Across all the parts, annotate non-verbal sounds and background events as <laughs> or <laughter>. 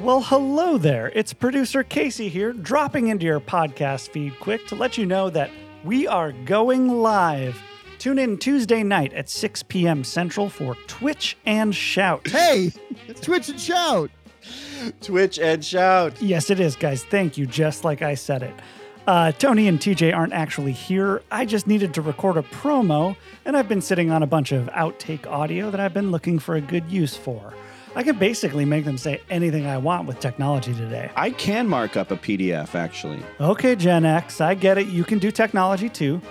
Well, hello there. It's producer Casey here, dropping into your podcast feed quick to let you know that we are going live. Tune in Tuesday night at 6 p.m. Central for Twitch and Shout. Hey, Twitch and shout. Twitch and shout. Yes, it is, guys. Thank you, just like I said it. Uh, Tony and TJ aren't actually here. I just needed to record a promo, and I've been sitting on a bunch of outtake audio that I've been looking for a good use for. I can basically make them say anything I want with technology today. I can mark up a PDF actually. Okay, Gen X, I get it. You can do technology too.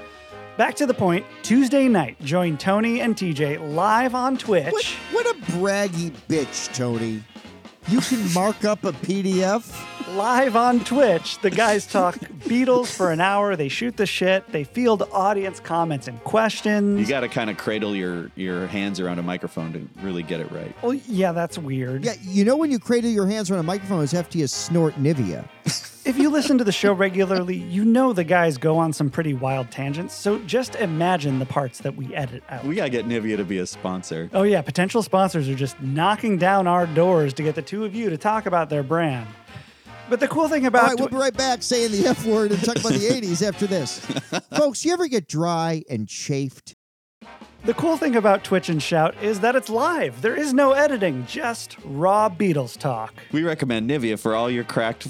Back to the point. Tuesday night, join Tony and TJ live on Twitch. What, what a braggy bitch, Tony. You can mark up a PDF. <laughs> live on Twitch. The guys talk Beatles for an hour. They shoot the shit. They field audience comments and questions. You got to kind of cradle your your hands around a microphone to really get it right. well, yeah, that's weird. Yeah, you know when you cradle your hands around a microphone, it's after you snort Nivea. If you listen to the show regularly, you know the guys go on some pretty wild tangents. So just imagine the parts that we edit out. We got to get Nivea to be a sponsor. Oh, yeah. Potential sponsors are just knocking down our doors to get the two of you to talk about their brand. But the cool thing All about right, we'll be right back saying the F word and talking about <laughs> the 80s after this. Folks, you ever get dry and chafed? The cool thing about Twitch and Shout is that it's live. There is no editing, just raw Beatles talk. We recommend Nivea for all your cracked.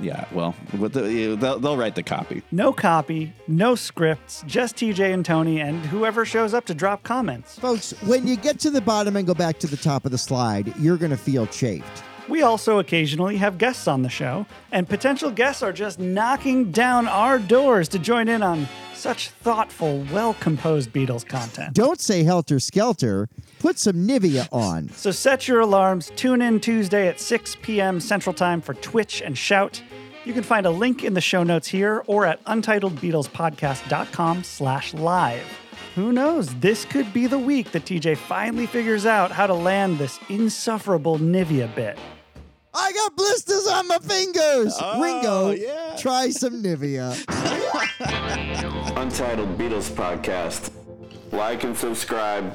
Yeah, well, with the, they'll, they'll write the copy. No copy, no scripts, just TJ and Tony and whoever shows up to drop comments. Folks, when you get to the bottom and go back to the top of the slide, you're going to feel chafed. We also occasionally have guests on the show, and potential guests are just knocking down our doors to join in on such thoughtful, well composed Beatles content. Don't say helter skelter. Put some Nivea on. So set your alarms, tune in Tuesday at 6 p.m. Central Time for Twitch and Shout. You can find a link in the show notes here or at untitledbeatlespodcast.com slash live. Who knows, this could be the week that TJ finally figures out how to land this insufferable Nivea bit. I got blisters on my fingers. Oh, Ringo, yeah. try some Nivea. Untitled Beatles Podcast. Like and subscribe.